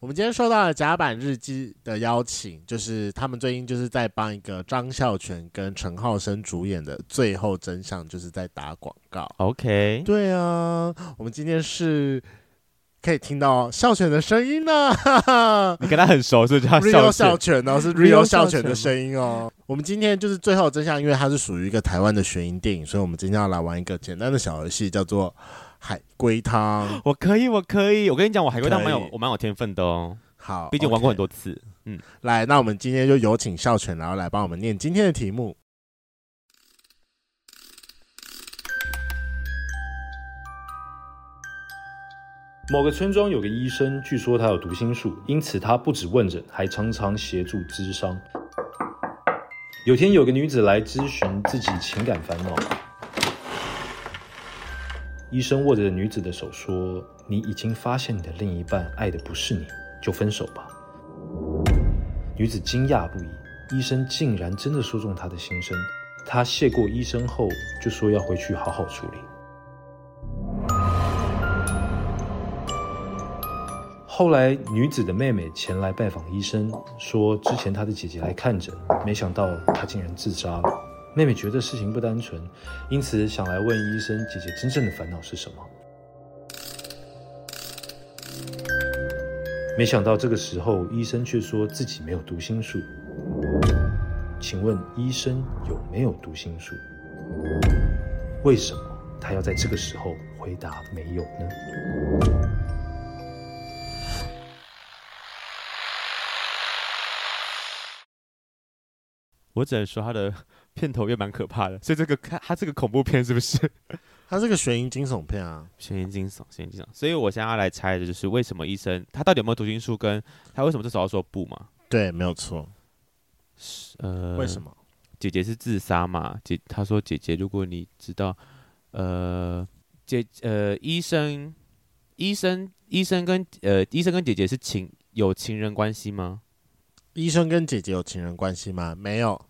我们今天收到了甲板日记的邀请，就是他们最近就是在帮一个张孝全跟陈浩生主演的《最后真相》，就是在打广告。 OK，对啊，我们今天是可以听到孝全的声音呢、你跟他很熟，所以叫他 Rio 孝笑犬哦，是 Rio Rio 孝孝犬犬的声音哦。我们今天就是最后真相，因为它是属于一个台湾的悬疑电影，所以我们今天要来玩一个简单的小游戏，叫做海龟汤。我可以，我可以，我跟你讲，我海龟汤蛮可有以，我蛮有天分的哦，好，毕竟玩过 OK 很多次。来，那我们今天就有请孝犬，然后来帮我们念今天的题目。某个村庄有个医生，据说他有读心术，因此他不止问诊，还常常协助咨商。有天有个女子来咨询自己情感烦恼，医生握着女子的手说：“你已经发现你的另一半爱的不是你，就分手吧。”女子惊讶不已，医生竟然真的说中她的心声。她谢过医生后，就说要回去好好处理。后来，女子的妹妹前来拜访医生，说之前她的姐姐来看诊，没想到她竟然自杀了。妹妹觉得事情不单纯，因此想来问医生姐姐真正的烦恼是什么。没想到这个时候，医生却说自己没有读心术。请问医生有没有读心术？为什么他要在这个时候回答没有呢？我只能说他的片头也蛮可怕的，所以这个看他这个恐怖片是不 是它是个悬疑惊悚片啊，悬疑惊悚？悬疑惊悚。所以我现在要来猜的就是为什么医生他到底有没有读心术，跟他为什么这时候要说不嘛？对，没有错。呃，为什么？姐姐是自杀嘛？姐她说姐姐，如果你知道，呃，姐呃，医生，医生，医生跟呃，医生跟姐姐是情有情人关系吗？医生跟姐姐有情人关系吗？没有，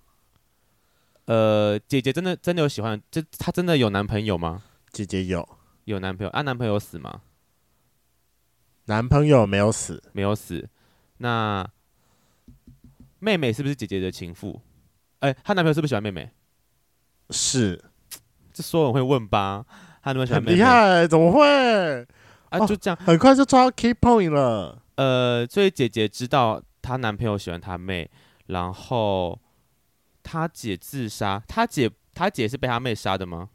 呃，姐姐真的真的有喜欢，这她真的有男朋友吗？姐姐有有男朋友啊？男朋友死吗？男朋友没有死，没有死。那妹妹是不是姐姐的情妇？哎、她男朋友是不是喜欢妹妹？是这所有人会问吧？她男朋友喜欢很妹妹？厉害，怎么会？啊，就这样。很快就抓到 key point 了。呃，所以姐姐知道她男朋友喜欢她妹，然后她姐自杀，她姐她姐是被她妹杀的吗？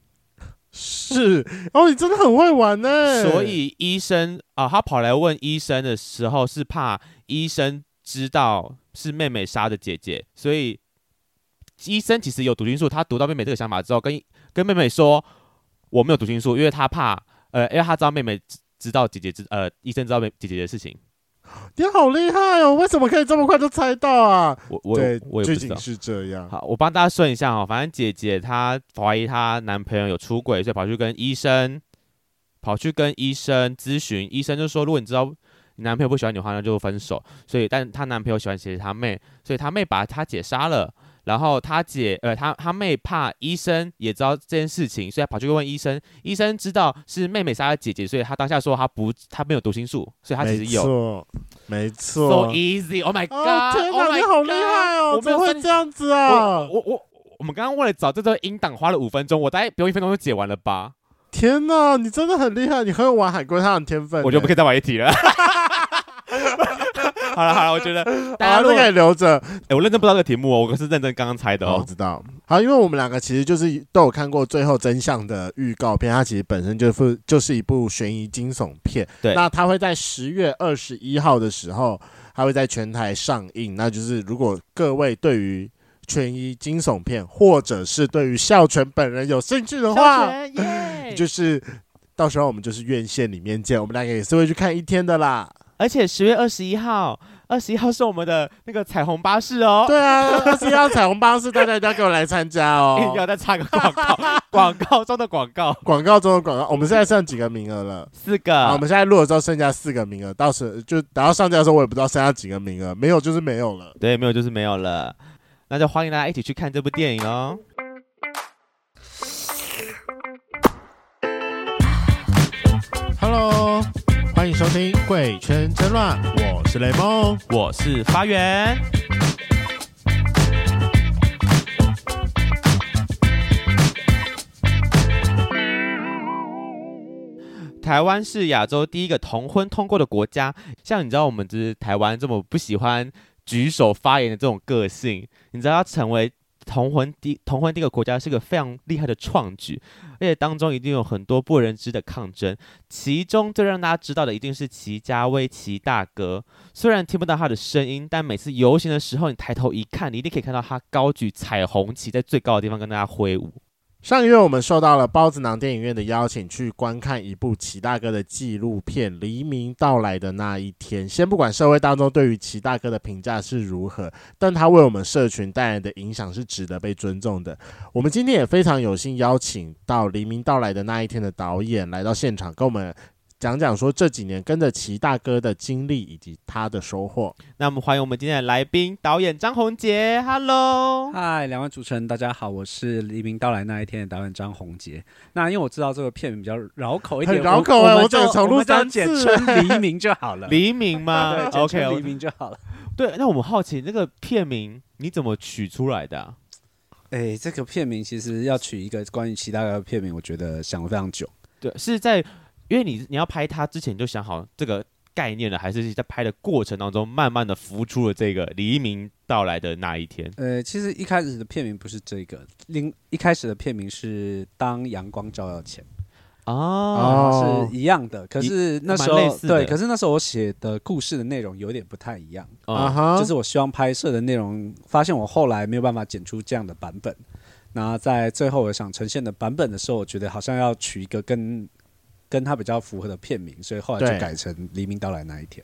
是哦，你真的很会玩呢、所以医生啊，她跑来问医生的时候是怕医生知道是妹妹杀的姐姐，所以医生其实有读心术，他读到妹妹这个想法之后，跟跟妹妹说我没有读心术，因为他怕呃，因为他知道妹妹知知道姐姐知呃，医生知道妹姐姐的事情。你好厉害哦！为什么可以这么快就猜到啊？我我对，我也不剧知道情。是这样。好，我帮大家顺一下哦。反正姐姐她怀疑她男朋友有出轨，所以跑去跟医生，跑去跟医生咨询。医生就说，如果你知道你男朋友不喜欢你的话，那就分手。所以，但她男朋友喜欢姐姐她妹，所以她妹把她姐杀了。然后她姐，呃，她她妹怕医生也知道这件事情，所以她跑去问医生。医生知道是妹妹杀了姐姐，所以她当下说她不，她没有读心术，所以她其没实有。错，没 So 错。 easy! Oh my 啊 god! 天 oh 哪， my 你好 god 厉害哦！我怎没有么会三十这样子啊我？呃我我我们刚刚为了找这段音档花了五分钟，我大概不用一分钟就解完了吧？天哪，你真的很厉害，你很有玩海龟汤的天分。我就不可以再玩一题了。 好 了好了，我觉得大家大家如都果、可以留着。哎我认真不知道这个题目哦，我是认真刚刚猜的哦，我哦。知道。好，因为我们两个其实就是都有看过《最后真相》的预告片，它其实本身就是就是一部悬疑惊悚片。对那它会在十月二十一号的时候，它会在全台上映。那就是如果各位对于悬疑惊悚片，或者是对于孝全本人有兴哦趣的话，耶就是到时候我们就是院线里面见，我们两个也是会去看一天的啦。而且十月二十一号，二十一号是我们的那个彩虹巴士哦。对啊，二十一号彩虹巴士，大家一定要给我来参加 一哦 定。要再插个 广告，广告中的广告，广告中的广告，我们现在剩几个名额了？四啊，我们个。现在录的时候剩下四个名额，到时就等到上架的时候，我也不知道剩下几个名额，没有就是没有了。对，没有就是没有了。那就欢迎大家一起去看这部电影哦。 Hello，欢迎收听《贵圈争乱》，我是雷梦，我是发源。台湾是亚洲第一个同婚通过的国家，像你知道我们就是台湾这么不喜欢举手发言的这种个性，你知道要成为同婚第同婚第一个国家是个非常厉害的创举，而且当中一定有很多不为人知的抗争，其中最让大家知道的一定是齐家威齐大哥，虽然听不到他的声音，但每次游行的时候，你抬头一看，你一定可以看到他高举彩虹旗在最高的地方跟大家挥舞。上个月我们受到了包子囊电影院的邀请，去观看一部齐大哥的纪录片《黎明到来的那一天》。先不管社会当中对于齐大哥的评价是如何，但他为我们社群带来的影响是值得被尊重的。我们今天也非常有幸邀请到《黎明到来的那一天》的导演来到现场，跟我们讲讲说这几年跟着齐大哥的经历以及他的收获。那我们欢迎我们今天的来宾，导演张宏杰，Hello。嗨，两位主持人，大家好，我是《黎明到来那一天》的导演张宏杰。那因为我知道这个片名比较绕口一点，很绕口哎我我就整个重录我们就三次简 称黎明就好了。黎明对吗简？OK，称黎我明就好了。对。那我们好奇那个片名你怎么取出来的啊、 哎，这个片名其实要取一个关于其他的片名，我觉得想了非常久。对，是在因为你你要拍它之前就想好这个概念了，还是在拍的过程当中慢慢的浮出了这个黎明到来的那一天？呃，其实一开始的片名不是这个，另一开始的片名是《当阳光照耀前》。哦，哦是一样的，可是那时蛮类候似的对，可是那时候我写的故事的内容有点不太一样，啊哦哈，就是我希望拍摄的内容，发现我后来没有办法剪出这样的版本，那在最后我想呈现的版本的时候，我觉得好像要取一个跟跟它比较符合的片名，所以后来对就改成《黎明到来那一天》。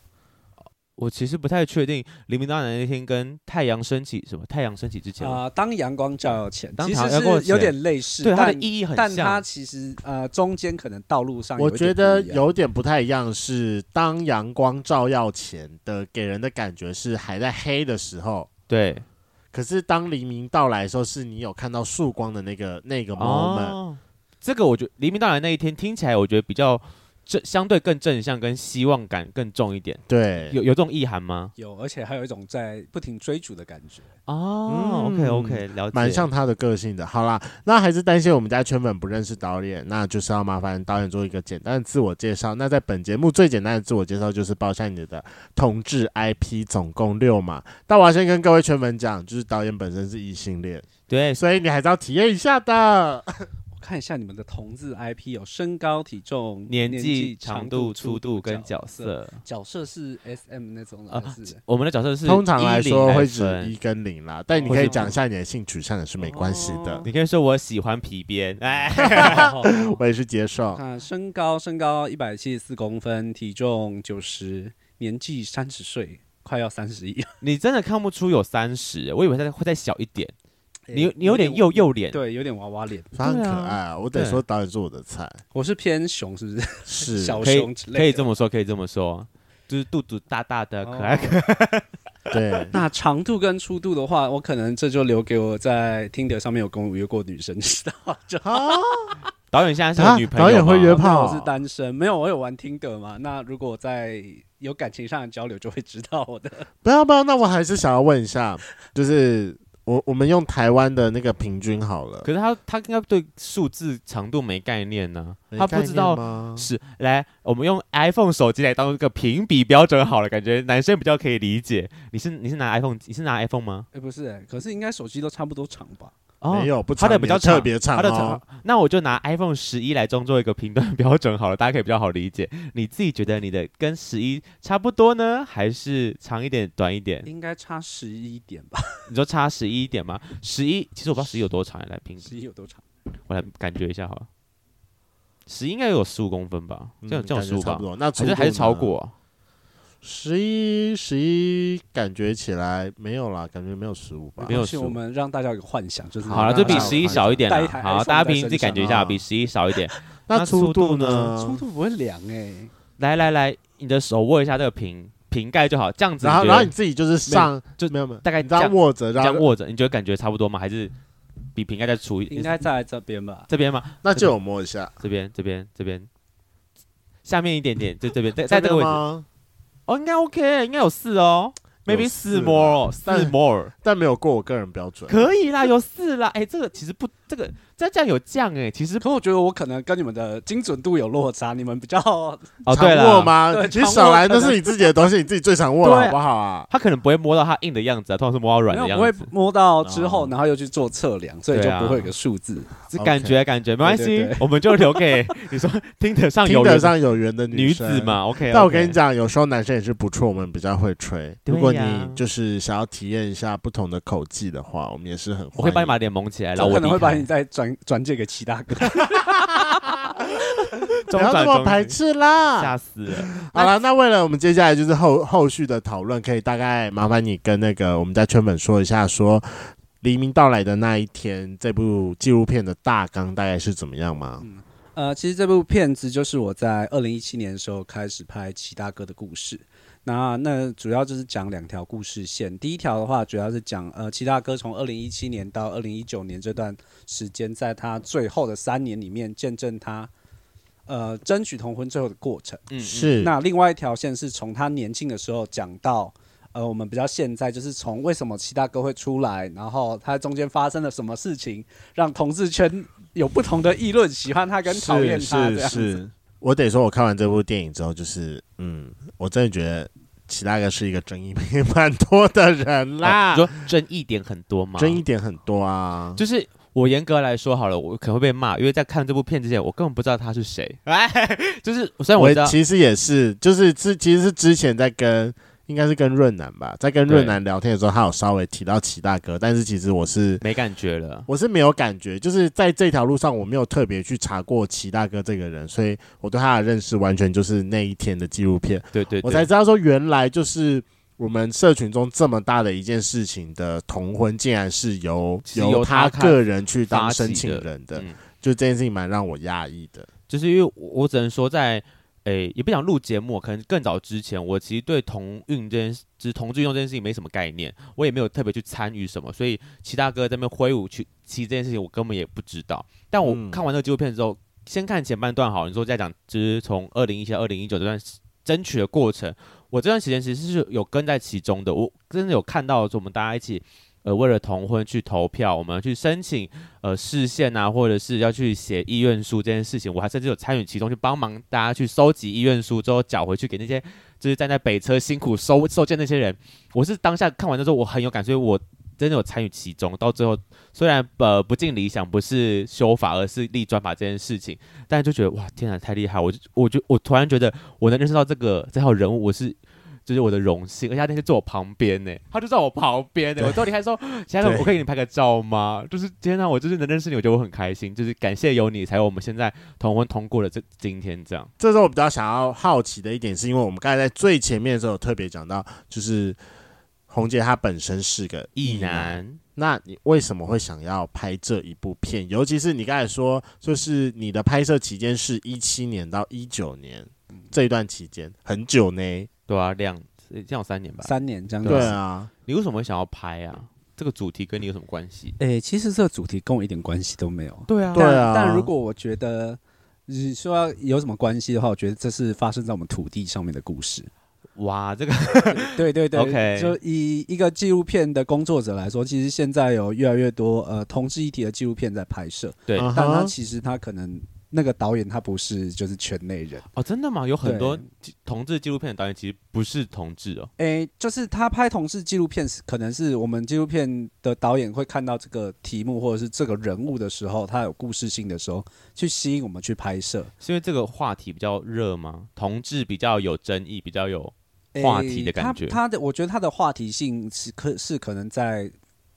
我其实不太确定黎明到来的那天跟太阳升起什么太阳升起之前，啊、当阳光照耀前，当其阳光实是有照耀前点类似，对它的但意义很但它像。其实呃中间可能道路上我有一点觉得不一样有点不太一样，是当阳光照耀前的，给人的感觉是还在黑的时候，对，可是当黎明到来的时候，是你有看到曙光的那个那个 moment。哦，这个我觉得黎明到来那一天听起来，我觉得比较正，相对更正向，跟希望感更重一点。对，嗯有有这种意涵吗？有，而且还有一种在不停追逐的感觉。哦、嗯 o k OK，了解。蛮像他的个性的。好啦，那还是担心我们家圈粉不认识导演，那就是要麻烦导演做一个简单的自我介绍。那在本节目最简单的自我介绍就是报下你的同志 IP，总共六嘛。但我要先跟各位圈粉讲，就是导演本身是异性恋，对，所以你还是要体验一下的。看一下你们的同字 IP 有身高、体重、年纪、纪、长度、度、粗度跟角色。色。角色是 SM 那种啊还是？我们的角色是通常来说会指1零来分一跟零啦，但你可以讲一下你的性取向也是没关系的哦，你可以说我喜欢皮鞭，哎， 我也是接啊受。看身高，身高一百七十四公分，体重九十，年纪三十岁，快要三十一。 你真的看不出有三十，我以为他会再小一点。你有诶你有点幼幼脸，对，有点娃娃脸。他很可对啊爱啊，我得对说导演是我的 菜，我是偏熊，是不 是？是小可以熊之类的。。可以这么说，可以这么说，就是肚子大大的，哦可爱可爱。对 那长度跟粗度的话，我可能这就留给我在听得上面有跟我约过女生知道就 好。导演现在是啊有女朋导友吗演会约炮啊我是单身，没有我有玩听的嘛。那如果我在有感情上的交流，就会知道我的。不要不要，那我还是想要问一下，就是我我们用台湾的那个平均好了，可是他他应该对数字长度没概念呢、没他概不知念道吗？是来，我们用 iPhone 手机来当一个评比标准好了，感觉男生比较可以理解。你是你是拿 iPhone，你是拿 iPhone 吗？哎、不是、可是应该手机都差不多长吧？哦没，有，不他的长比较你特长别长它的哦长。，那我就拿 iPhone 十一来装作一个评断标准好了，大家可以比较好理解。你自己觉得你的跟十一差不多呢，还是长一点、短一点？应该差十一点吧？你说差十一点吗？十一，其实我不知道十一有多长，来评，十一有多长？我来感觉一下好了。十一应该有十五公分吧，嗯这样这样感觉十五差吧不，多，那啊还是还是超过、十一十一，11感觉起来没有啦，感觉没有十五吧没？有而且哦我数们让大家有个幻想，就是好了，那就比那十一少一点带哎了。一台好， iPhone 大家在凭自己身感觉一上下，啊比十一少一点。那粗粗度呢？粗度不会量哎、欸，来来来，你的手握一下这个瓶瓶盖就好，这样子你然觉后得。然后你自己就是上就没有没有，大概你这样这样握着，然这样后握着，你觉得感觉差不多吗？还是比瓶盖再粗一应该在这边吧？这边吗？那就我摸一下，这边，这边，这边，下面一点点，就这边，在在这个位置，吗？哦，应该 OK，应该有四哦，maybe 有四四 more，哦啦四但 more，但没有过我个人标准。 可以啦，有四啦。哎、这个其实不，这个这酱有酱哎、其实可我觉得我可能跟你们的精准度有落差，你们比较哦常对握了，吗对？其实常握少来，可那能是你自己的东西，你自己最常握了，对啊好不好啊？他可能不会摸到它硬的样子啊，通常是摸到 软没的有样不会子。摸到之后哦，然后又去做测量，所以就对啊不会有个数字。是感觉感觉没关对系对对，我们就留 给你说听得上有听人得上有缘的女生子。嘛。OK，但我跟你，讲，有时候男生也是不错，我们比较会吹。对呀如果你就是想要体验一下不同的口技的话，我们也是很我会帮欢你把脸蒙起来，然后我我可能会离开 把你再转转借给其他哥。迎不中要转那中么排间斥啦吓。死了。嗯好了，那为了我们接下来就是后后续的讨论，可以大概麻烦你跟那个我们家圈粉说一下说。黎明到来的那一天，这部纪录片的大纲大概是怎么样吗？呃，其实这部片子就是我在二零一七年的时候开始拍齐大哥的故事。那那主要就是讲两条故事线，第一条的话主要是讲呃齐大哥从二零一七年到二零一九年这段时间，在他最后的三年里面见证他呃争取同婚最后的过程。嗯，是那另外一条线是从他年轻的时候讲到，呃，我们比较现在就是从为什么七大哥会出来，然后他中间发生了什么事情，让同志圈有不同的议论，喜欢他跟讨厌他这是是样子。是，我得说，我看完这部电影之后，就是嗯，我真的觉得齐大哥是一个争议面蛮多的人哦啦，啦你，说争议点很多吗？争议点很多啊。就是我严格来说好了，我可能会被骂，因为在看这部片之前，我根本不知道他是谁。就是虽然我哎我知道，其实也是，就是之其实是之前在跟应该是跟润南吧，在跟对润南聊天的时候，他有稍微提到齐大哥，但是其实我是没感觉了。我是没有感觉，就是在这条路上我没有特别去查过齐大哥这个人，所以我对他的认识完全就是那一天的纪录片。对对对，我才知道说原来就是我们社群中这么大的一件事情的同婚，竟然是由是由由他他看个人去当发起申请的人的，嗯就这件事情蛮让我压抑的。就是因为我我只能说在，诶也不想录节目，可能更早之前，我其实对同运这件事，就是同志运动这件事情没什么概念，我也没有特别去参与什么，所以齐大哥在那边挥舞去骑这件事情，我根本也不知道。但我嗯看完那个纪录片之后，先看前半段好，你说再讲，就是从二零一七到二零一九这段争取的过程，我这段时间其实是有跟在其中的，我真的有看到我们大家一起。呃，为了同婚去投票，我们去申请呃视线啊，或者是要去写意愿书这件事情，我还甚至有参与其中，去帮忙大家去收集意愿书之后缴回去给那些就是站在北车辛苦收收件那些人。我是当下看完的时候，我很有感，所以我真的有参与其中。到最后虽然呃不尽理想，不是修法，而是立专法这件事情，但就觉得哇，天啊，太厉害！我就我就我突然觉得我能认识到这个这号人物，我是。就是我的荣幸，而且他那天坐我旁边呢，他就在我旁边呢。我到底还说，其他人对我可以给你拍个照吗？就是天啊，我就是能认识你，我觉得我很开心，就是感谢有你，才有我们现在同婚通过了这今天这样。这时候我比较想要好奇的一点，是因为我们刚才在最前面的时候有特别讲到，就是红姐她本身是个意，男，那你为什么会想要拍这一部片？尤其是你刚才说，就是你的拍摄期间是一七年到一九年这一段期间，很久呢。对啊，两这样有三年吧。三年这样子。对啊，你为什么会想要拍啊？这个主题跟你有什么关系？诶、其实这个主题跟我一点关系都没有。对啊对但啊但如果我觉得你说要有什么关系的话，我觉得这是发生在我们土地上面的故事。哇，这个对对对 OK 就以一个纪录片的工作者来说，其实现在有越来越多呃同志议题的纪录片在拍摄，对嗯但他哼其实他可能那个导演他不是就是圈内人， 哦，真的吗？有很多对纪同志纪录片的导演其实不是同志哦。诶，就是他拍同志纪录片是，可能是我们纪录片的导演会看到这个题目或者是这个人物的时候，他有故事性的时候，去吸引我们去拍摄。是因为这个话题比较热吗？同志比较有争议，比较有诶话题的感觉他他的我觉得他的话题性是可是可能在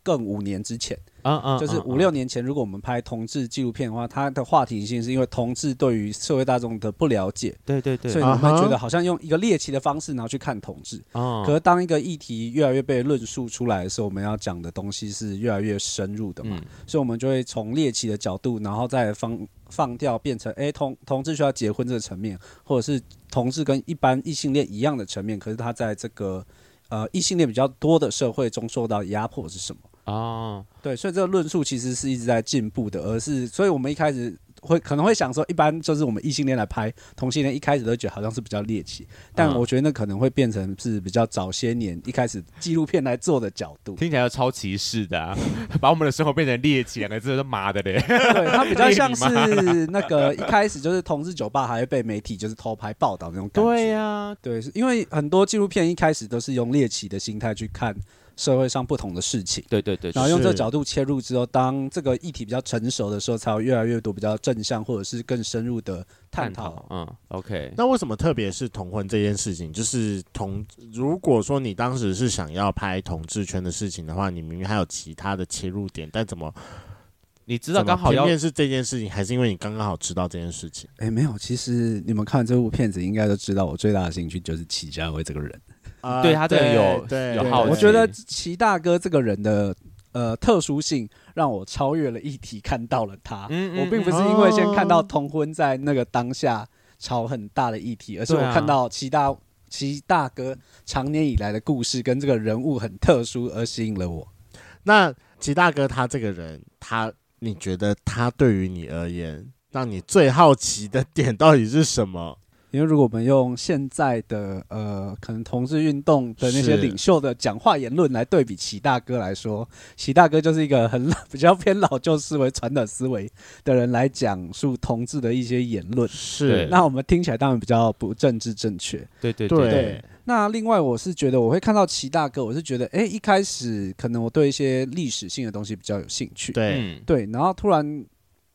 更五年之前。啊啊，啊就是啊五六年前，如果我们拍同志纪录片的话，它的话题性是因为同志对于社会大众的不了解，对对对，所以你们会啊哈觉得好像用一个猎奇的方式，然后去看同志。啊可是当一个议题越来越被论述出来的时候，我们要讲的东西是越来越深入的嘛，嗯所以我们就会从猎奇的角度，然后再放放掉，变成诶同同志需要结婚这个层面，或者是同志跟一般异性恋一样的层面，可是他在这个呃异性恋比较多的社会中受到压迫是什么？啊，对，所以这个论述其实是一直在进步的，而是所以我们一开始会可能会想说，一般就是我们异性恋来拍同性恋，一开始都觉得好像是比较猎奇，但嗯我觉得那可能会变成是比较早些年一开始纪录片来做的角度，听起来就超歧视的、啊， 把我们的生活变成猎奇两个字，都妈的嘞！对，它比 较像是那个一开始就是同志酒吧还会被媒体就是偷拍报道那种感觉。对呀、对，是因为很多纪录片一开始都是用猎奇的心态去看社会上不同的事情。对对对，然后用是这个角度切入之后，当这个议题比较成熟的时候，才有越来越多比较正向或者是更深入的探探讨。讨，嗯，OK，那为什么特别是同婚这件事情，就是同如果说你当时是想要拍同志圈的事情的话，你明明还有其他的切入点，但怎么你知知道刚好偏要偏是这件事情，还是因为你刚刚好知道这件事情？哎，没有，其实你们看这部片子应该都知道，我最大的兴趣就是祁家威这个人。啊对他这个有对有对好奇我觉得祁大哥这个人的呃特殊性，让我超越了议题，看到了他。嗯嗯我并不是因为先看到同婚在那个当下吵很大的议题，而是对啊我看到祁大祁大哥常年以来的故事跟这个人物很特殊，而吸引了我。那齐大哥他这个人，他你觉得他对于你而言，让你最好奇的点到底是什么？因为如果我们用现在的呃，可能同志运动的那是些领袖的讲话言论来对比齐大哥来说，齐大哥就是一个很老 比较偏老旧思维、传统思维的人来讲述同志的一些言论。是对那我们听起来当然比较不政治正确。对对对，那另外，我是觉得我会看到齐大哥，我是觉得，诶，一开始可能我对一些历史性的东西比较有兴趣，对，嗯，对，然后突然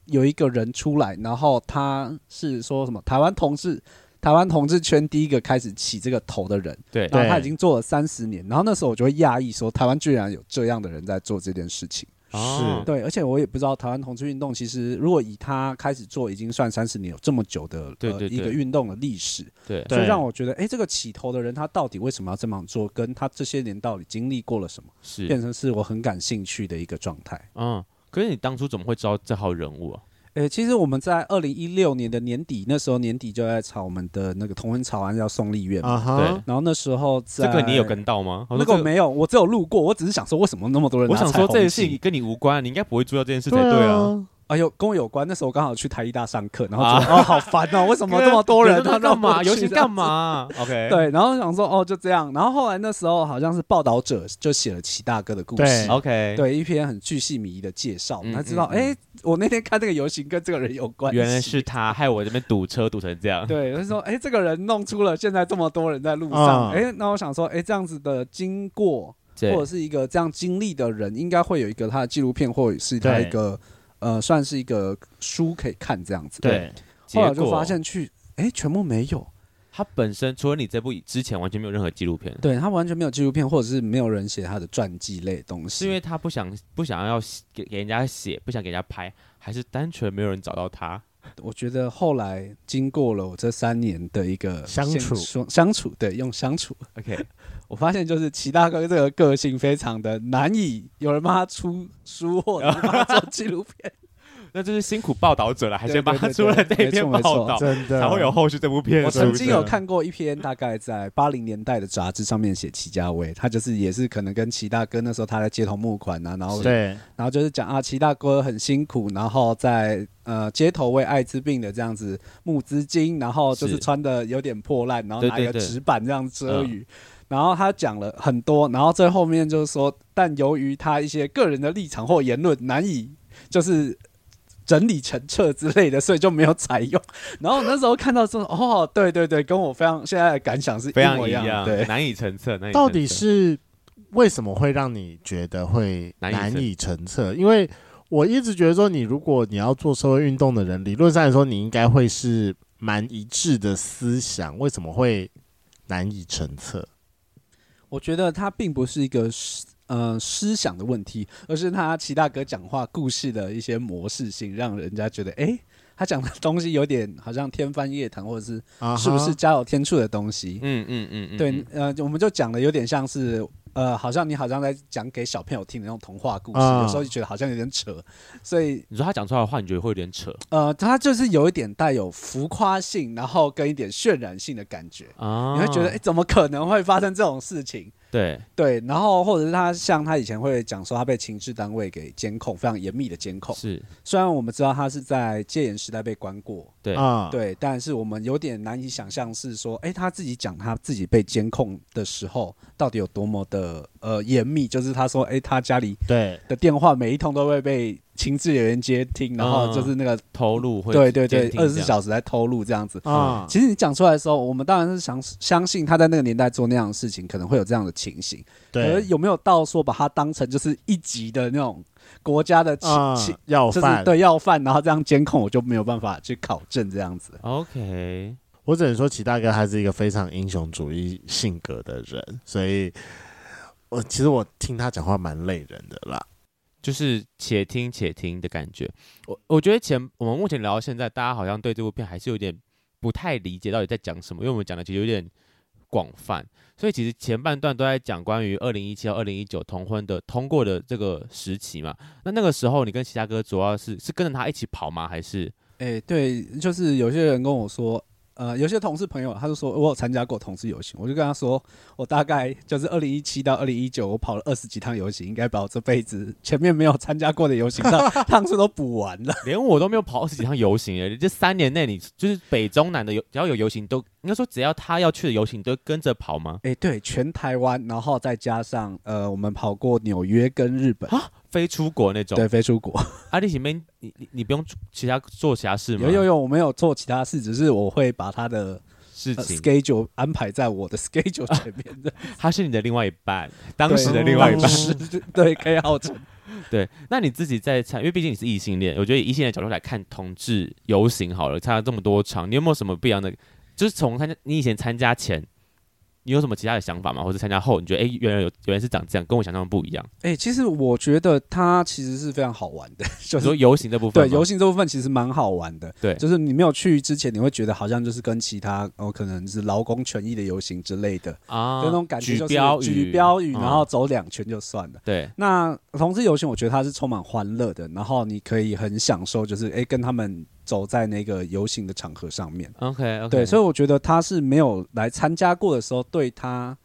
有一个人出来，然后他是说什么台湾同志，台湾同志圈第一个开始起这个头的人，对然后他已对经做了三十年，然后那时候我就会讶异说，台湾居然有这样的人在做这件事情，哦是对，而且我也不知道台湾同志运动其实如果以他开始做，已经算三十年有这么久的对呃对一个对运动的历史，对对所以让我觉得，哎、这个起头的人他到底为什么要这么做，跟他这些年到底经历过了什么，变是，成是我很感兴趣的一个状态。嗯，可是你当初怎么会知道这号人物啊？诶、其实我们在二零一六年的年底，那时候年底就在吵我们的那个同婚草案要送立院嗯嘛，啊哈对，然后那时候在这个你有跟到吗？我说那个这我没有，我只有路过，我只是想说为什么那么多人我拿想彩说虹这件事旗情跟你无关，你应该不会注意到这件事才对啊。啊，哎呦跟我有关，那时候我刚好去台艺大上课，然后啊觉得、哦好烦哦，为什么这么多人？啊他他干嘛？游游行行干？嘛？OK，， 对，然后想说哦就这样，然后后来那时候好像是报道者就写了齐大哥的故对，事 OK，，对一篇很巨细靡遗的介绍，嗯他知道，嗯嗯哎、我那天看这个游行跟这个人有关系，原来是他害我这边堵车堵成这 样。对，他说，哎、这个人弄出了现在这么多人在路上，嗯哎、那我想说，哎、这样子的经过啊对或者是一个这样经历的人，应该会有一个他的纪录片，或者是他对一个呃，算是一个书可以看这样子。对，啊结果后来我就发现去，哎、全部没有，他本身除了你这部之前完全没有任何纪录片，对他完全没有纪录片，或者是没有人写他的传记类的东西，是因为他不想不想要写给给人家写，不想给人家拍，还是单纯没有人找到他？我觉得后来经过了我这三年的一个相处相相处，对，用相 处， OK，我发现就是齐大哥这个个性非常的难以有人帮他出书 或者是帮他做纪录片，那就是辛苦报道者了，还对先帮他出了这一对对篇没错没报错道，真的才会有后续这部片我的出现。曾经有看过一篇大概在八零年代的杂志上面写齐家威，他就是也是可能跟齐大哥那时候他在街头募款啊，然后对然后就是讲啊齐大哥很辛苦，然后在呃街头为艾滋病的这样子募资金，然后就是是穿的有点破烂，然后对拿对一个对嗯纸板这样遮雨。然后他讲了很多，然后最后面就是说，但由于他一些个人的立场或言论难以就是整理成册之类的，所以就没有采用。 然后我那时候看到说，哦，对对对，跟我非常现在的感想是非模常一一样的，样，对，难以成测。难以到底成测是为什么会让你觉得会难以难成以成测？因为我一直觉得说，你如果你要做社会运动的人，理论上来说，你应该会是蛮一致的思想，为什么会难以成测？我觉得他并不是一个思呃思想的问题，而是他齐大哥讲话故事的一些模式性，让人家觉得诶，他讲的东西有点好像天方夜谭，或者是啊哈是不是加有天助的东西？嗯嗯嗯嗯，对嗯，呃，我们就讲的有点像是。呃，好像你好像在讲给小朋友听的那种童话故事，啊有时候就觉得好像有点扯，所以你说他讲出来的话，你觉得会有点扯呃，他就是有一点带有浮夸性，然后跟一点渲染性的感觉。啊？你会觉得，哎、怎么可能会发生这种事情？对，对，然后或者是他像他以前会讲说他被情治单位给监控，非常严密的监控。是，虽然我们知道他是在戒严时代被关过，对啊，对，但是我们有点难以想象是说，哎，他自己讲他自己被监控的时候，到底有多么的呃严密？就是他说，哎，他家里对的电话每一通都会被情治人员接听，然后就是那个、投入嗯会对对对监，听二这十四样小时在偷录这样子。啊，其实你讲出来的时候，我们当然是想相信他在那个年代做那样的事情，可能会有这样的情形。可是对有没有到说把它当成就是一级的那种国家的情啊情，，要就是饭。对要犯，然后这样监控，我就没有办法去考证这样子。 OK，我只能说，齐大哥他是一个非常英雄主义性格的人，所以我其实我听他讲话蛮累人的啦。就是且听且听的感觉。我我觉得前我们目前聊到现在，大家好像对这部片还是有点不太理解到底在讲什么，因为我们讲的其实有点广泛，所以其实前半段都在讲关于二零一七到二零一九同婚的通过的这个时期嘛。那那个时候你跟其他哥主要是是跟着他一起跑吗？还是哎、对，就是有些人跟我说。呃，有些同事朋友，他就说哦我有参加过同志游行，我就跟他说，我大概就是二零一七到二零一九，我跑了二十几趟游行，应该把我这辈子前面没有参加过的游行 趟趟数都补 完了。连我都没有跑二十几趟游行了，这三年内你就是北中南的游，只要有游行都应该说只要他要去的游行都跟着跑吗？哎、对，全台湾，然后再加上呃，我们跑过纽约跟日哦本，非出国那种？啊啊对，飞出国。阿弟前面你你你不用其他做其他事吗？有有有，我没有做其他事，只是我会把他的、事呃情， schedule 安排在我的 schedule 前面的。他是你的另外一半，当时的对另外一当半。时对，可以号称对，那你自己在参，因为毕竟你是异性恋，我觉得以异性恋的角度来看同志游行好了，参加这么多场，你有没有什么不一样的？就是从参加你以前参加前，你有什么其他的想法吗？或者参加后，你觉得哎、诶原来有原来是长这样，跟我想象的不一样。哎、其实我觉得它其实是非常好玩的，就你说是游行这部分对吗，游行这部分其实蛮好玩的。对就是你没有去之前，你会觉得好像就是跟其他哦，可能是劳工权益的游行之类的，啊，那种感觉举就是标语，举标语，嗯然后走两圈就算了。对那同志游行，我觉得它是充满欢乐的，然后你可以很享受，就是哎、跟他们走在那个游行的场合上面。 ，OK OK，对，所以以我觉得他是没有来参加过的时候，对他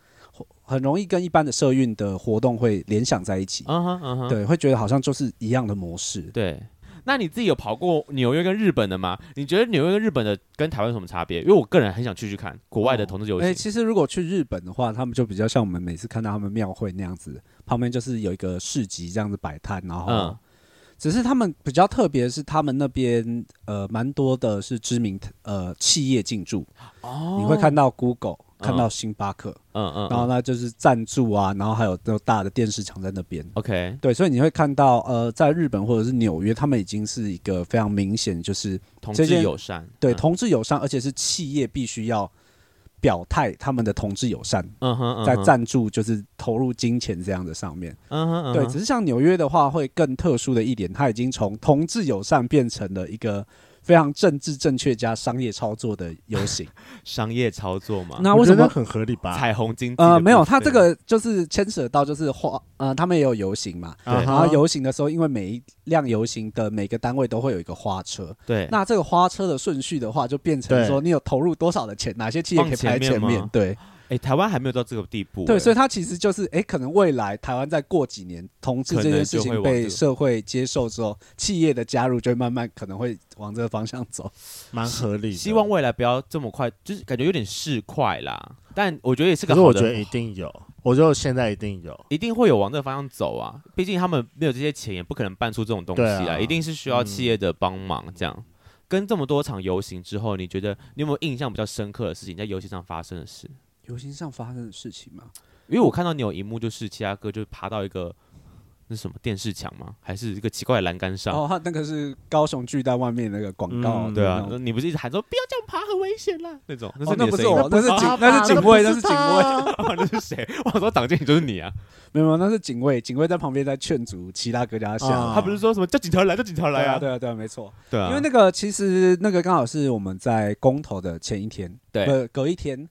很容易跟一般的社运的活动会联想在一起，嗯哼嗯哼，对，会觉得好像就是一样的模式。对，那你自己有跑过纽约跟日本的吗？你觉得纽约跟日本的跟台湾有什么差别？因为我个人很想去去看国外的同志游哎、行。其实如果去日本的话，他们就比较像我们每次看到他们庙会那样子，旁边就是有一个市集这样子摆摊，然后、嗯只是他们比较特别是他们那边呃蛮多的是知名呃企业进驻，哦你会看到 Google，看到嗯星巴克，嗯嗯，然后那就是赞助啊，然后还有那种大的电视墙在那边。 OK，对，所以你会看到，呃，在日本或者是纽约，他们已经是一个非常明显，就是同这志件友善，对嗯同志友善，而且是企业必须要表态他们的同志友善，嗯哼，嗯哼在，赞助就是投入金钱这样的上面。嗯哼，嗯哼对，只是像纽约的话，会更特殊的一点，它已经从同志友善变成了一个非常政治正确加商业操作的 游行。商业操作嘛，那我为觉什得么？很合理吧？彩虹经济的呃，部没有，它分这个就是牵扯到就是花，呃，他们也有游行嘛，啊然哈后游行的时候，因为每一辆游行的每个单位都会有一个花车，对，那这个花车的顺序的话，就变成对说你有投入多少的钱，哪些企业可以排前放前面面吗，对哎，台湾还没有到这个地步，对，所以以它其实就是，哎，可能未来台湾再过几年，同志这件事可能就会往情这被个社会接受之后，企业的加入就会慢慢可能会往这个方向走。蛮合理的。希望未来不要这么快，就是感觉有点市侩啦，但我觉得也是可个是好我觉得的一。定有，我觉得现在一定有。一定会有往这个方向走啊，毕竟他们没有这些钱，也不可能办出这种东西对啊嗯一定是需要企业的帮忙。这样，跟这么多场游行之后，你觉得你有没有印象比较深刻的事情在游行上发生的事？游行上发生的事情嘛，因为我看到你有一幕，就是其他哥就爬到一个那是什么电视墙吗？还是一个奇怪的栏杆上？哦，它那个是高雄巨蛋外面那个广告的那种，嗯啊对啊，你不是一直喊说不要这样爬，很危险啦那种？那哦是，那你不的是声音吗我，那是警啊，那是警卫，那是警卫。卫。 哦那是谁？我说挡进去就是你啊！没有，没有那是警卫，警卫在旁边在劝阻其他哥家下来。啊他不是说什么叫警察来，叫警察来对啊，对对啊，对啊，没错。啊，因为那个其实那个刚好是我们在公投的前一天，对，呃，隔一天，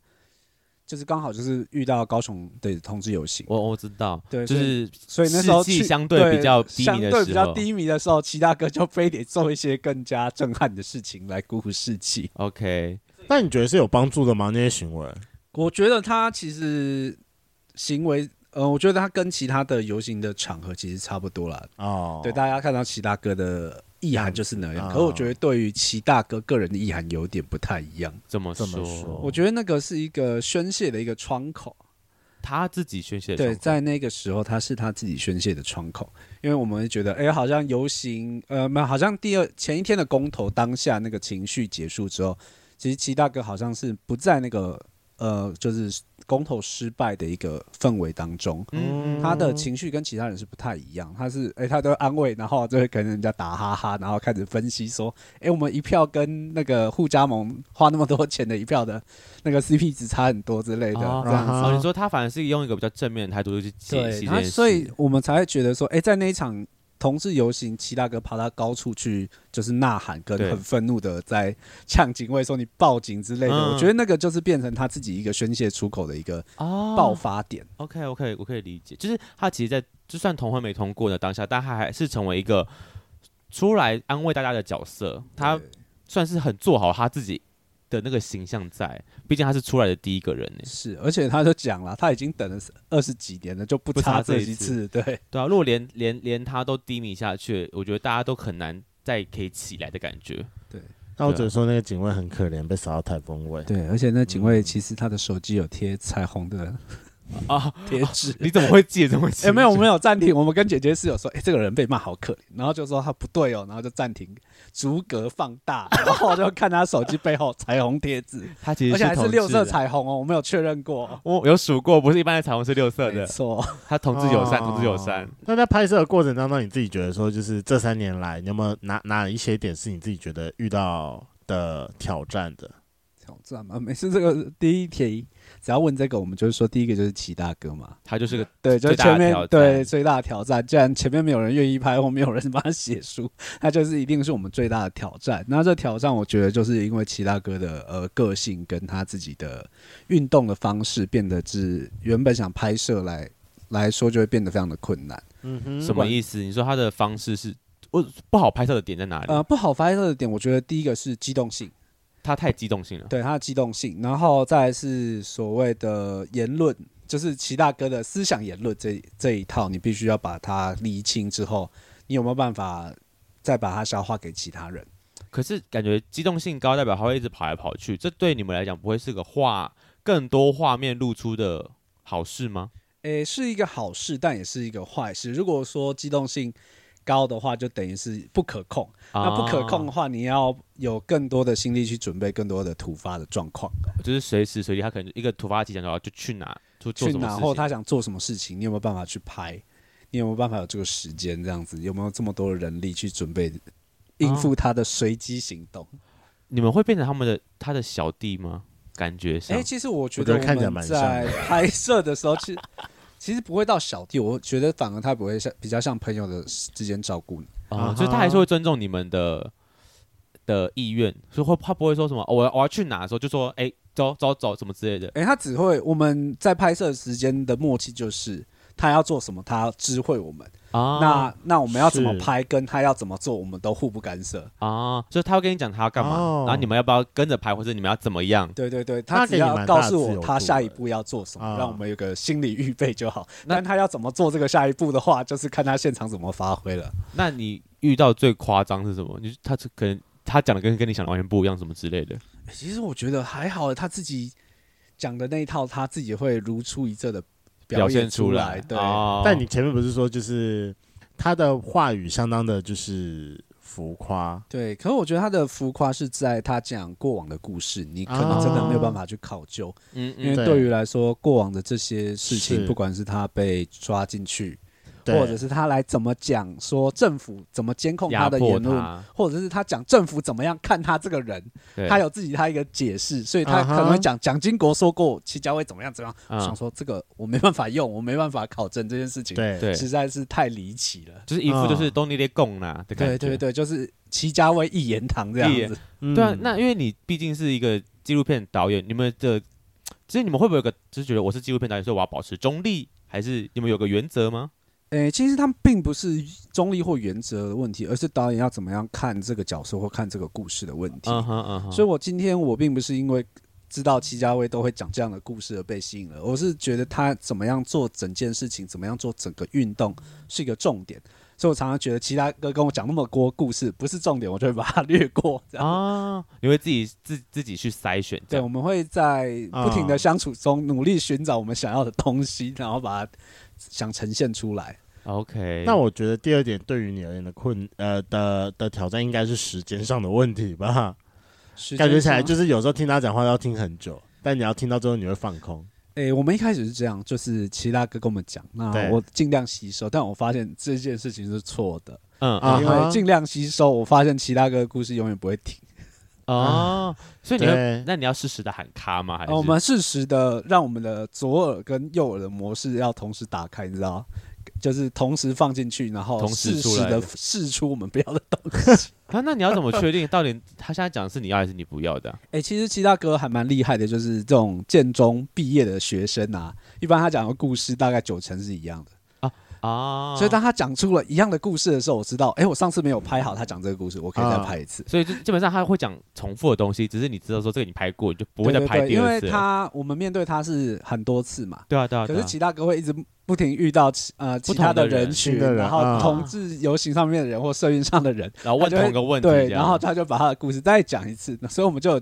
就是刚好就是遇到高雄的同志游行，我我知道，对就所以是所以那时候士气去相对比较低迷的相对比时较候低迷的时候，其他哥就非得做一些更加震撼的事情来鼓舞士气。 OK，那你觉得是有帮助的吗？那些行为？我觉得他其实行为，呃，我觉得它跟其他的游行的场合其实差不多啦。哦，对，大家看到齐大哥的意涵就是那样，嗯啊可我觉得对于齐大哥个人的意涵有点不太一样。怎么这么说？说我觉得那个是一个宣泄的一个窗口，他自己宣泄的对，状况在那个时候他是他自己宣泄的窗口，因为我们会觉得，哎、好像游行，呃，没有，好像第二前一天的公投当下那个情绪结束之后，其实齐大哥好像是不在那个呃，就是公投失败的一个氛围当中，嗯，他的情绪跟其他人是不太一样，他是哎、他都会安慰，然后就会跟人家打哈哈，然后开始分析说，哎、我们一票跟那个互加盟花那么多钱的一票的那个 CP 值差很多之类的，哦这样子。啊哦，你说他反而是用一个比较正面的态度去解析对，这他件事，所以我们才会觉得说，哎、在那一场同志游行，齐大哥爬到高处去，就是呐喊跟对很愤怒的在呛警卫说你报警之类的。嗯我觉得那个就是变成他自己一个宣泄出口的一个哦爆发点。 OK OK，我可以理解，就是他其实在，就算同婚没通过的当下，但他还是成为一个出来安慰大家的角色，他对算是很做好他自己的那个形象在，毕竟他是出来的第一个人呢。是，而且他就讲了，他已经等了二十几年了，就不不差差这这一一次次。对，对啊，如果连连连他都低迷下去，我觉得大家都很难再可以起来的感觉。那我只能说那个警卫很可怜，被扫到台风尾。对，而且那嗯警卫其实他的手机有贴彩虹的啊，贴纸。你怎么会记得这么 哎、清？没有，我们有暂停。我们跟姐姐室友说，哎、这个人被骂好可怜，然后就说他不对哦，然后就暂停，逐格放大，然后就看他手机背后彩虹贴纸，他其实而且还同是六志啊色的，彩虹哦，我没有确认过。我有数过，不是一般的彩虹是六色没的，错，他同志友善，同志友善哦。。那在拍摄的过程当中，你自己觉得说，就是这三年来，你有没有哪哪一些点是你自己觉得遇到的挑战的？挑战嘛，每次这个第一题，只要问这个，我们就是说第一个就是齐大哥嘛，他就是个对，就最是大的前面挑战对最大的挑战，既然前面没有人愿意拍，后面有人帮他写书，那就是一定是我们最大的挑战。那这挑战，我觉得就是因为齐大哥的呃个性跟他自己的运动的方式，变得是原本想拍摄来来说，就会变得非常的困难。嗯哼什么意思？你说他的方式是，我不好拍摄的点在哪里？呃，不好拍摄的点，我觉得第一个是机动性，他太激动性了。对他的机动性，然后再来是所谓的言论，就是齐大哥的思想言论这这一套，你必须要把它厘清之后，你有没有办法再把它消化给其他人？可是感觉机动性高，代表他会一直跑来跑去，这对你们来讲不会是个画更多画面露出的好事吗？诶，是一个好事，但也是一个坏事。如果说机动性高的话，就等于是不可控。那不可控啊，的话，你要有更多的心力去准备更多的突发的状况，就是随时随地他可能一个突发奇想的话就去哪就做去什么哪事后情。他想做什么事情，你有没有办法去拍？你有没有办法有这个时间这样子？有没有这么多的人力去准备哦应付他的随机行动？你们会变成他们的他的小弟吗？感觉哎、上，其实我觉我觉得得看起来我们蛮像在拍摄的时候，其实其实不会到小弟，我觉得反而他不会像比较像朋友的之间照顾你。啊，啊哈就是他还是会尊重你们的的意愿，所以会他不会说什么、哦我要我要去哪的时候就说哎、走走走什么之类的。哎、他只会我们在拍摄时间的默契就是他要做什么，他知会我们。啊，那那我们要怎么是拍，跟他要怎么做，我们都互不干涉。啊，所以他会跟你讲他要干嘛，哦然后你们要不要跟着拍，或者你们要怎么样？对对对，他那只给你要蛮告大自诉我由他度下的一步要做什么，啊让我们有个心理预备就好。那但他要怎么做这个下一步的话，就是看他现场怎么发挥了。那你遇到最夸张是什么？你他可能他讲的跟跟你想的完全不一样，什么之类的。欸其实我觉得还好，他自己讲的那一套，他自己会如出一辙的表现现出来。啊对，哦、但你前面不是说，就是他的话语相当的就是浮夸，对，可是我觉得他的浮夸是在他讲过往的故事，你可能真的没有办法去考究，嗯因为嗯，对对于来说，过往的这些事情，是不管是他被抓进去，对或者是他来怎么讲说政府怎么监控压他的迫言论，他，或者是他讲政府怎么样看他这个人，对他有自己他一个解释，所以他啊哈可能会讲蒋经国说过齐家威怎么样怎么样，我想嗯，说这个我没办法用，我没办法考证这件事情，对对，实在是太离奇了。就是一副就是嗯东尼列贡啦的感对觉。对对，就是齐家威一言堂这一样言子。嗯对啊，那因为你毕竟是一个纪录片导演，你们的其实你们会不会有个就是觉得我是纪录片导演，所以我要保持中立，还是你们有个原则吗？诶、其实他们并不是中立或原则的问题，而是导演要怎么样看这个角色或看这个故事的问题。嗯哼嗯哼，所以我今天我并不是因为知道戚家威都会讲这样的故事而被吸引了。我是觉得他怎么样做整件事情，怎么样做整个运动是一个重点，所以我常常觉得其他哥跟我讲那么多故事不是重点，我就会把它 略过。这样啊，你会自己自自己去筛选这对，样。我们会在不停啊的相处中努力寻找我们想要的东西，然后把它想呈现出来。 OK，那我觉得第二点对于你而言的困呃的的挑战应该是时间上的问题吧？感觉起来就就。是有时候听他讲话要听很久，但你要听到最后你会放空。诶、我们一开始是这样，就是齐大哥跟我们讲，那对我尽量吸收，但我发现这件事情是错的，嗯啊啊哈因为尽量吸收，我发现齐大哥的故事永远不会停。哦，所以你对会那你要适时的喊卡吗？还是啊呃我们适时的让我们的左耳跟右耳的模式要同时打开，你知道吗？就是同时放进去，然后同时适出时来的的试出我们不要的东西。啊？那你要怎么确定到底他现在讲的是你要还是你不要的啊？哎、其实齐大哥还蛮厉害的，就是这种建中毕业的学生啊，一般他讲的故事大概九成是一样的。啊所以当他讲出了一样的故事的时候，我知道，哎、我上次没有拍好他讲这个故事，我可以再啊拍一次。所以就基本上他会讲重复的东西，只是你知道说这个你拍过，你就不会再对对拍对第二因次啊了。为他我们面对他是很多次嘛，对啊对啊，可对啊是其他歌会一直不停遇到其呃其不同他的人人群，新的人然后啊同志游行上面的人或社运上的人，然后问他就会同一个问题，对，这然样后他就把他的故事再讲一次，那所以我们就有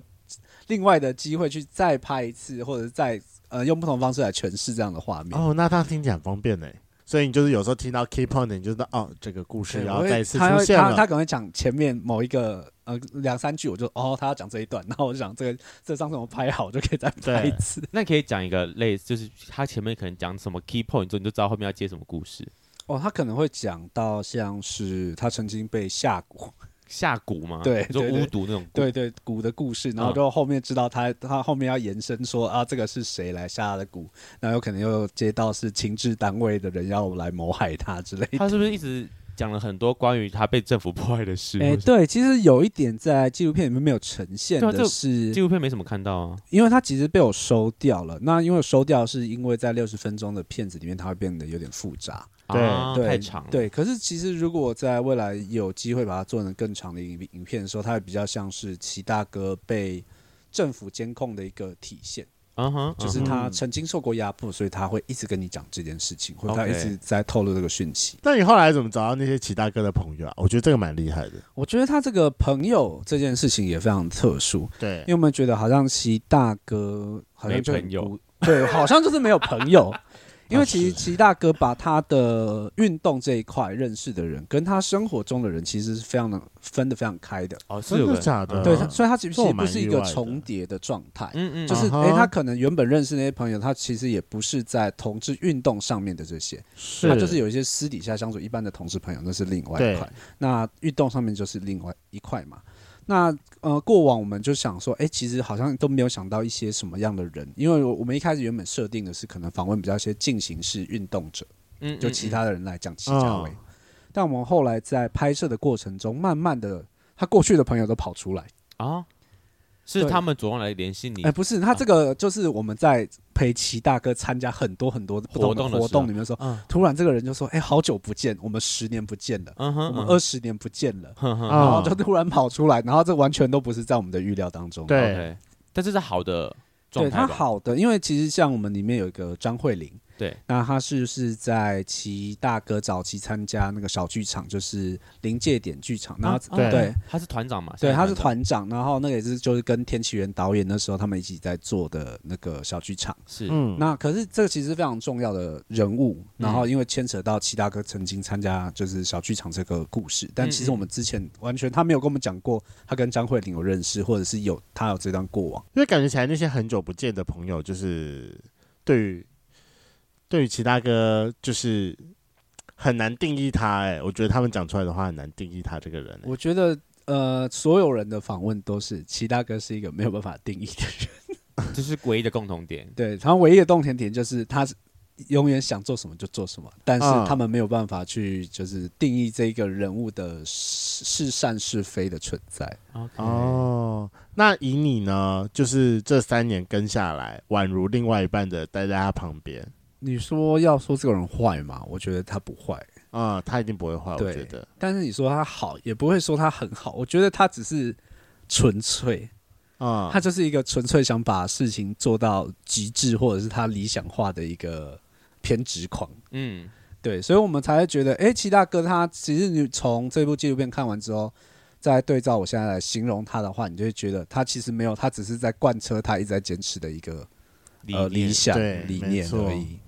另外的机会去再拍一次，或者再呃用不同方式来诠释这样的画面。哦，那他听起来很方便呢。所以你就是有时候听到 key point，你就知道哦，这个故事对然我后会再次他出会现他他了。可能会讲前面某一个呃两三句，我就哦他要讲这一段，然后我就想这个这上次我拍好，我就可以再拍一对次。那你可以讲一个类似，就是他前面可能讲什么 key point 之后，你就知道后面要接什么故事。哦，他可能会讲到像是他曾经被下蛊，下蛊吗？对你说对对巫毒那种蛊。对对蛊的故事，然后嗯就后面知道他他后面要延伸说啊，这个是谁来下他的蛊，然后有可能又接到是情治单位的人要来谋害他之类的。他是不是一直讲了很多关于他被政府迫害的事？哎、或是对，其实有一点在纪录片里面没有呈现对啊的这是，纪录片没什么看到啊。因为它其实被我收掉了。那因为我收掉，是因为在六十分钟的片子里面，它会变得有点复杂，对啊对，太长了。对，可是其实如果在未来有机会把它做成更长的影影片的时候，它会比较像是齐大哥被政府监控的一个体现，嗯哼，就是嗯哼他曾经受过压迫，所以他会一直跟你讲这件事情，或者他 OK 一直在透露这个讯息。那你后来怎么找到那些齐大哥的朋友啊？我觉得这个蛮厉害的。我觉得他这个朋友这件事情也非常特殊，对因，为我们觉得好像齐大哥好像就很没朋友孤，对，好像就是没有 朋友。因为其啊实是齐大哥把他的运动这一块认识的人，跟他生活中的人其实是非常的分得非常开的。哦，是真有的个假的？对，嗯他所以他其实这我不蛮是一意个外的重叠的状态，嗯嗯，就是啊哈诶，他可能原本认识那些朋友，他其实也不是在同志运动上面的这些，是他就是有一些私底下相处一般的同志朋友，那是另外一块对。那运动上面就是另外一块嘛。那呃，过往我们就想说，诶，哎其实好像都没有想到一些什么样的人，因为我我们一开始原本设定的是可能访问比较一些进行式运动者，嗯哦就其他的人来讲齐家威嗯。但我们后来在拍摄的过程中，慢慢的，他过去的朋友都跑出来。嗯嗯啊，是对他们主动来联系你啊哎、。不是，他这个就是我们在陪齐大哥参加很多很多不同活动的时候活动里面说，嗯突然这个人就说：“哎、好久不见，我们十年不见了，嗯哼，我们嗯二十年不见了。哼嗯哼啊然后就突然跑出来，然后这完全都不是在我们的预料当中。对 OK，但这是好的状对态他吧？好的，因为其实像我们里面有一个张慧玲，对，那他是是在齐大哥早期参加那个小剧场，就是临界点剧场，然后、啊对对，他是团长嘛？对，现在他是长团长，然后那个也是就是跟田启源导演那时候他们一起在做的那个小剧场。是嗯，那可是这个其实非常重要的人物，然后因为牵扯到七大哥曾经参加就是小剧场这个故事，但其实我们之前完全他没有跟我们讲过，他跟张慧玲有认识，或者是有他有这段过往。因为感觉起来那些很久不见的朋友，就是对于对于齐大哥，就是很难定义他、哎，我觉得他们讲出来的话很难定义他这个人、哎我觉得呃，所有人的访问都是七大哥是一个没有办法定义的人，这是唯一的共同点。对，他唯一的动甜点就是他是永远想做什么就做什么，但是嗯他们没有办法去就是定义这个人物的是是善是非的存在。 OK，哦，那以你呢？就是这三年跟下来，宛如另外一半的待在他旁边，你说要说这个人坏吗？我觉得他不坏。啊、他一定不会坏，我对觉得。但是你说他好，也不会说他很好。我觉得他只是纯粹，啊他就是一个纯粹想把事情做到极致，或者是他理想化的一个偏执狂。嗯，对，所以我们才会觉得，诶，齐大哥他其实你从这部纪录片看完之后，再对照我现在来形容他的话，你就会觉得他其实没有，他只是在贯彻他一直在坚持的一个呃理念想对理没念错而已，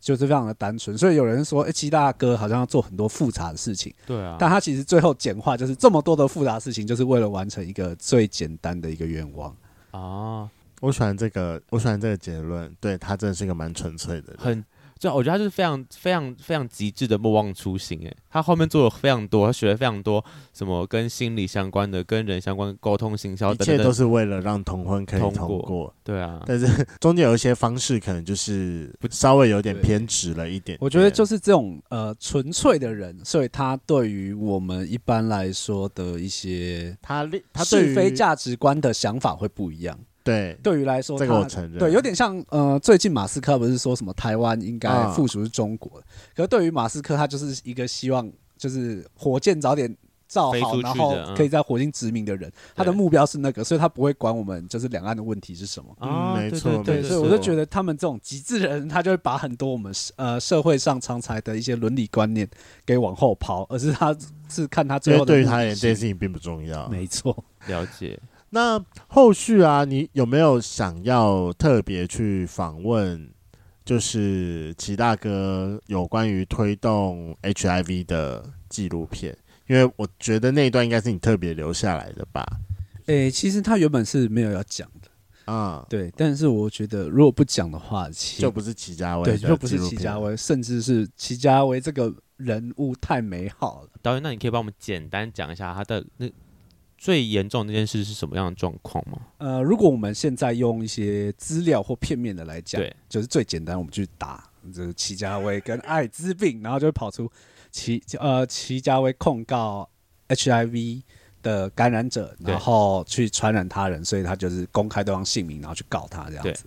就是非常的单纯。所以有人说，诶，齐大哥好像要做很多复杂的事情，对啊，但他其实最后简化就是这么多的复杂事情，就是为了完成一个最简单的一个愿望。啊，我喜欢这个，我喜欢这个结论。对他真的是一个蛮纯粹的人，很，就我觉得他是非常非常非常极致的莫忘初心。哎，他后面做了非常多，他学了非常多什么跟心理相关的、跟人相关、沟通、行销一等切都等等。是为了让同婚可以通通过过。对啊，嗯但是 中间有一些方式可能就是稍微有点偏执了一点点。我觉得就是这种呃纯粹的人，所以他对于我们一般来说的一些他立他对是于非价值观的想法会不一样。对对于来说，这个我他承认，对有点像呃，最近马斯克不是说什么台湾应该啊附属是中国的，可是对于马斯克，他就是一个希望就是火箭早点。造飞出好，去的然后嗯可以在火星殖民的人，他的目标是那个，所以他不会管我们就是两岸的问题是什么。啊，嗯没对错对对没所以对我就觉得他们这种极致的人，他就会把很多我们呃社会上常才的一些伦理观念给往后抛，而是他是看他因最为后的哎对于嗯目他而的言这性件事情并不重要。 没错，了解。那后续啊，你有没有想要特别去访问，就是齐大哥有关于推动 HIV 的纪录片？因为我觉得那一段应该是你特别留下来的吧？诶、哎其实他原本是没有要讲的，啊、对，但是我觉得如果不讲的话，其就不是齐家威，对，就不是齐家，威，甚至是齐家威这个人物太美好了。导演，那你可以帮我们简单讲一下他的那最严重的那件事是什么样的状况吗？呃，如果我们现在用一些资料或片面的来讲，对，就是最简单，我们去打就是齐家威跟艾滋病，然后就会跑出齐呃齐家威控告 HIV 的感染者，对然后去传染他人，所以他就是公开对方姓名，然后去告他这样子。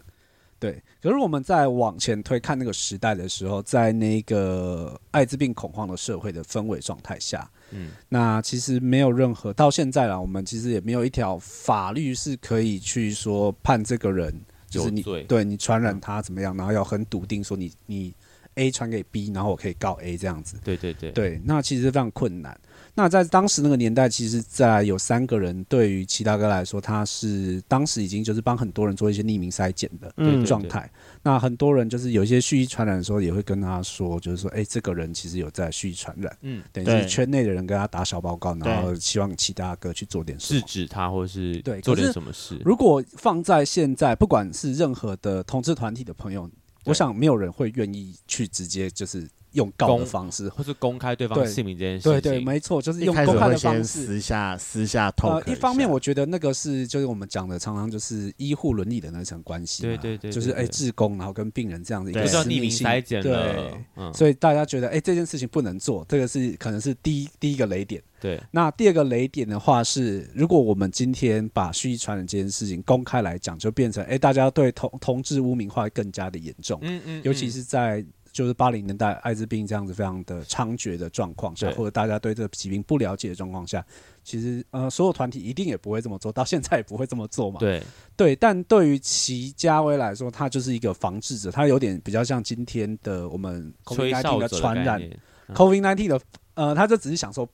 对，可是我们在往前推看那个时代的时候，在那个艾滋病恐慌的社会的氛围状态下，嗯，那其实没有任何到现在啦，我们其实也没有一条法律是可以去说判这个人就是你有罪嗯对你传染他怎么样，然后要很笃定说你你 A 传给 B，然后我可以告 A 这样子。对对对，对，那其实非常困难。那在当时那个年代，其实，在有三个人对于齐大哥来说，他是当时已经就是帮很多人做一些匿名筛检的嗯对对状态。那很多人就是有一些蓄意传染的时候，也会跟他说，就是说，哎、这个人其实有在蓄意传染。嗯，等于对是圈内的人跟他打小报告，然后希望其他哥去做点事制。止他或是对可做点是什么事。如果放在现在，不管是任何的同志团体的朋友，我想没有人会愿意去直接就是用告的公方式。或是公开对方对姓名这件事情，对对，没错，就是一用开始公开会的先方式。私下私下透、呃，一方面我觉得那个是就是我们讲的常常就是医护伦理的那层关系嘛，对对对对就是哎对志工然后跟病人这样子一对个就叫私匿密名性筛检了对，，嗯，所以大家觉得哎这件事情不能做，这个是可能是第一第一个雷点。对那第二个雷点的话是，如果我们今天把蓄意传染这件事情公开来讲，就变成哎、诶大家对同同志污名化更加的严重，嗯嗯，尤其是在就是八零年代艾滋病这样子非常的猖獗的状况下，对或者大家对这个疾病不了解的状况下，其实呃所有团体一定也不会这么做，到现在也不会这么做嘛。对对，但对于齐家威来说，他就是一个防治者，他有点比较像今天的我们吹 COVID-19 哨的者的概传染念 COVID 1 9的，呃，他就只是想说，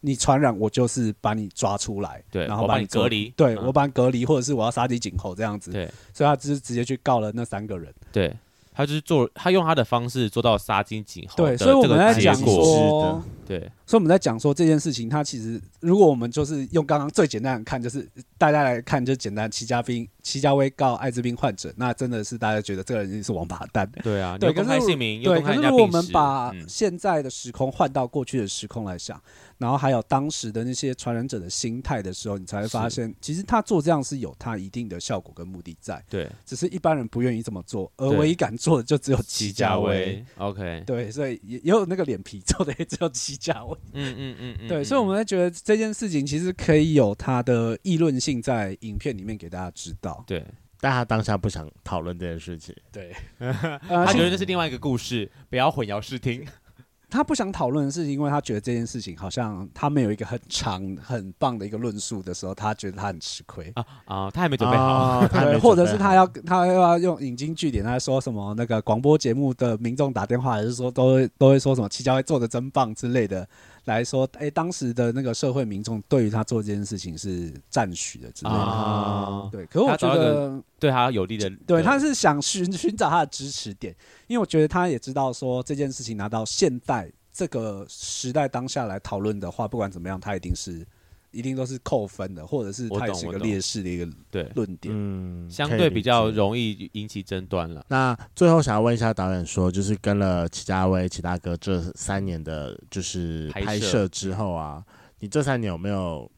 你传染我就是把你抓出来，对然我后把你你做隔离对嗯我把你隔离，或者是我要杀鸡儆猴这样子，对所以他就是直接去告了那三个人。对，他就是做他用他的方式做到杀鸡儆猴对，的所以我这们个在结结讲果，说果，对所以我们在讲说这件事情，它其实如果我们就是用刚刚最简单的看，就是大家来看，就简单齐家兵齐家威告艾滋病患者，那真的是大家觉得这个人是王八蛋。对啊，你对又公可是开如姓名，又对，公可开人是家如果我病们史，把嗯现在的时空换到过去的时空来想，然后还有当时的那些传染者的心态的时候，你才会发现，其实他做这样是有他一定的效果跟目的在，对只是一般人不愿意这么做，而对唯一敢做的就只有齐家威。威，OK，对，所以也也有那个脸皮做的也只有齐家威。嗯嗯嗯嗯，对，嗯所以我们在觉得这件事情其实可以有它的议论性在影片里面给大家知道。对，但他当下不想讨论这件事情。对， 他呃，觉得这是另外一个故事，不要混淆视听，他不想讨论的是，因为他觉得这件事情好像他没有一个很长、很棒的一个论述的时候，他觉得他很吃亏。啊啊，他还没准备好， 哦他还没对，或者准是备他要他又要用引经据典，他说什么那个广播节目的民众打电话，还是说都会都会说什么七交会做的真棒之类的，来说，哎、当时的那个社会民众对于他做这件事情是赞许的之类的。啊对，可是我他找觉到一个得，对他有利的，对，他是想寻寻找他的支持点，因为我觉得他也知道说这件事情拿到现在这个时代当下来讨论的话，不管怎么样，他一定是一定都是扣分的，或者是我他也懂是一我个懂劣势的一个对，论点。嗯，相可以对理比较解容易引起争端了。那最后想要问一下导演说，就是跟了齐家威、齐大哥这三年的，就是拍摄拍摄之后啊，你这三年有没有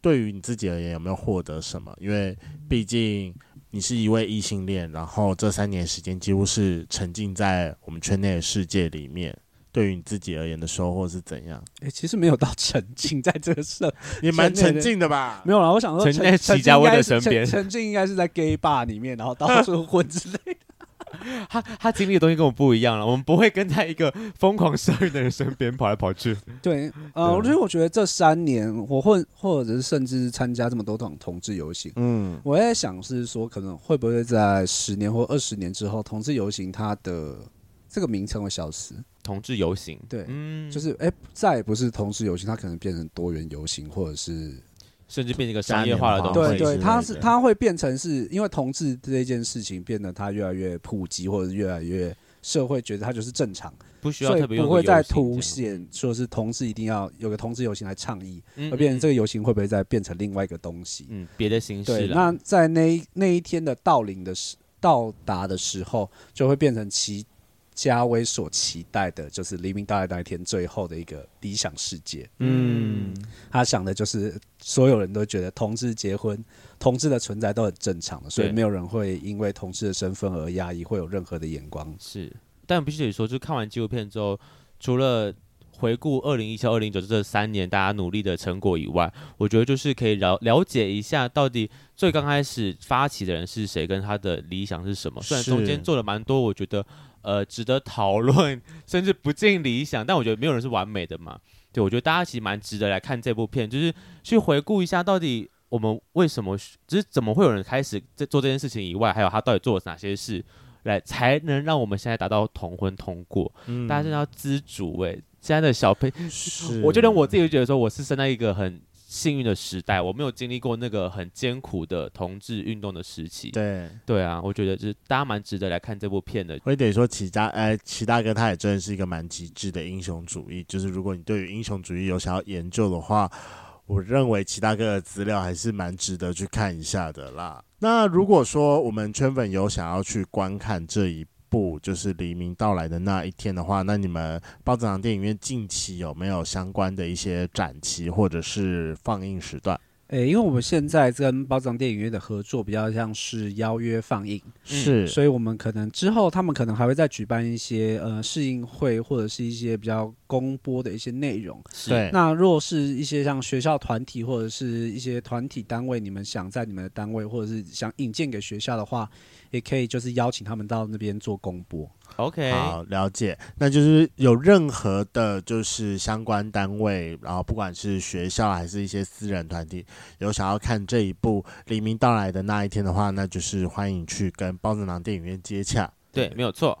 对于你自己而言有没有获得什么？因为毕竟你是一位异性恋，然后这三年时间几乎是沉浸在我们圈内的世界里面。对于你自己而言的收获是怎样？哎、其实没有到沉浸在这个社， 你蛮圈内沉的浸的吧？没有啦，我想说沉沉浸在齐家威的身边沉沉浸应该是在 gay bar 里面，然后到处混之类的。他他经历的东西跟我们不一样了，我们不会跟在一个疯狂社运的人身边跑来跑去。对，呃，我觉得我觉得这三年我混，或者是甚至是参加这么多场同志游行，嗯，我在想是说，可能会不会在十年或二十年之后，同志游行它的这个名称会消失？ 同志游行，对嗯，就是哎、再也不是同志游行，它可能变成多元游行，或者是甚至变成一个商业化的嘉东西。年华对对，之它类是的它会变成是因为同志这件事情变得它越来越普及，或者是越来越社会觉得它就是正常，不需要所以特别用不个会再游行这样凸显说是同志一定要有个同志游行来倡议，嗯而变成这个游行会不会再变成另外一个东西？嗯别的形式嗯对，了。那在那一那一天的到临的时到达的时候，就会变成齐家威所期待的，就是黎明到来那一天最后的一个理想世界。嗯，他想的就是所有人都觉得同志结婚，同志的存在都很正常的，所以对没有人会因为同志的身份而压抑，会有任何的眼光。是，但必须得说，就是看完纪录片之后，除了回顾二零一七、二零一九这三年大家努力的成果以外，我觉得就是可以了了解一下到底最刚开始发起的人是谁，跟他的理想是什么。虽然中间是做了蛮多，我觉得呃值得讨论， 甚至不尽理想，但我觉得没有人是完美的嘛。对，我觉得大家其实蛮值得来看这部片，就是去回顾一下到底我们为什么，就是怎么会有人开始在做这件事情以外，还有他到底做了哪些事，来才能让我们现在达到同婚通过。嗯大家真的要知足哎、现在的小朋是，我就连我自己都觉得说，我是生在一个很幸运的时代，我没有经历过那个很艰苦的同志运动的时期。对，对啊，我觉得就是大家蛮值得来看这部片的。我也得说齐大，呃，齐大哥他也真的是一个蛮极致的英雄主义。就是如果你对于英雄主义有想要研究的话，我认为齐大哥的资料还是蛮值得去看一下的啦。那如果说我们圈粉有想要去观看这一部，就是黎明到来的那一天的话，那你们包子堂电影院近期有没有相关的一些展期或者是放映时段？诶、因为我们现在跟包藏电影院的合作比较像是邀约放映，嗯是所以我们可能之后他们可能还会再举办一些呃试映会或者是一些比较公播的一些内容。哎对，那若是一些像学校团体或者是一些团体单位，你们想在你们的单位或者是想引荐给学校的话，也可以就是邀请他们到那边做公播。 ，OK，好，了解。那就是有任何的，就是相关单位，然后不管是学校还是一些私人团体，有想要看这一部《黎明到来的那一天》的话，那就是欢迎去跟包子囊电影院接洽。对，没有错。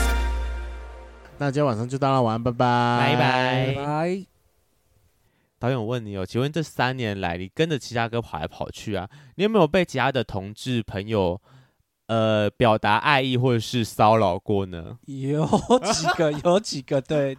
那今天晚上就到了，晚安，拜拜，拜拜拜拜。导演，我问你哦，请问这三年来，你跟着其他歌跑来跑去啊，你有没有被其他的同志朋友呃表达爱意或者是骚扰过呢？有 几个，有几个，对，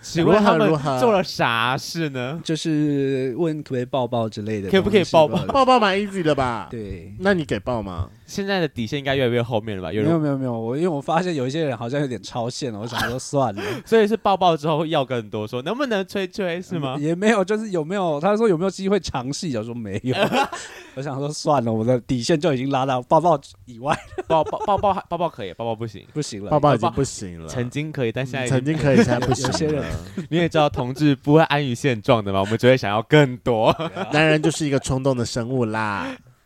请问他们如何做了啥事呢？就是问可不可以抱抱之类的，可不可以抱抱？抱抱蛮 easy 的吧？，对，那你给抱吗？现在的底线应该越来越后面了吧？有没有人没有没有，我因为我发现有一些人好像有点超限了，我想说算了，所以是抱抱之后要更多，说能不能吹吹是嗯吗？也没有，就是有没有？他说有没有机会尝试一下？我说没有， 我想说算了，我的底线就已经拉到抱抱以外，抱抱抱抱抱抱可以，抱抱不行。不行了。抱抱已经抱抱不行了，曾经可以，但现在已经啊曾经可以，现在不有些行人了。你也知道，同志不会安于现状的嘛，我们只会想要更多。男人就是一个冲动的生物啦。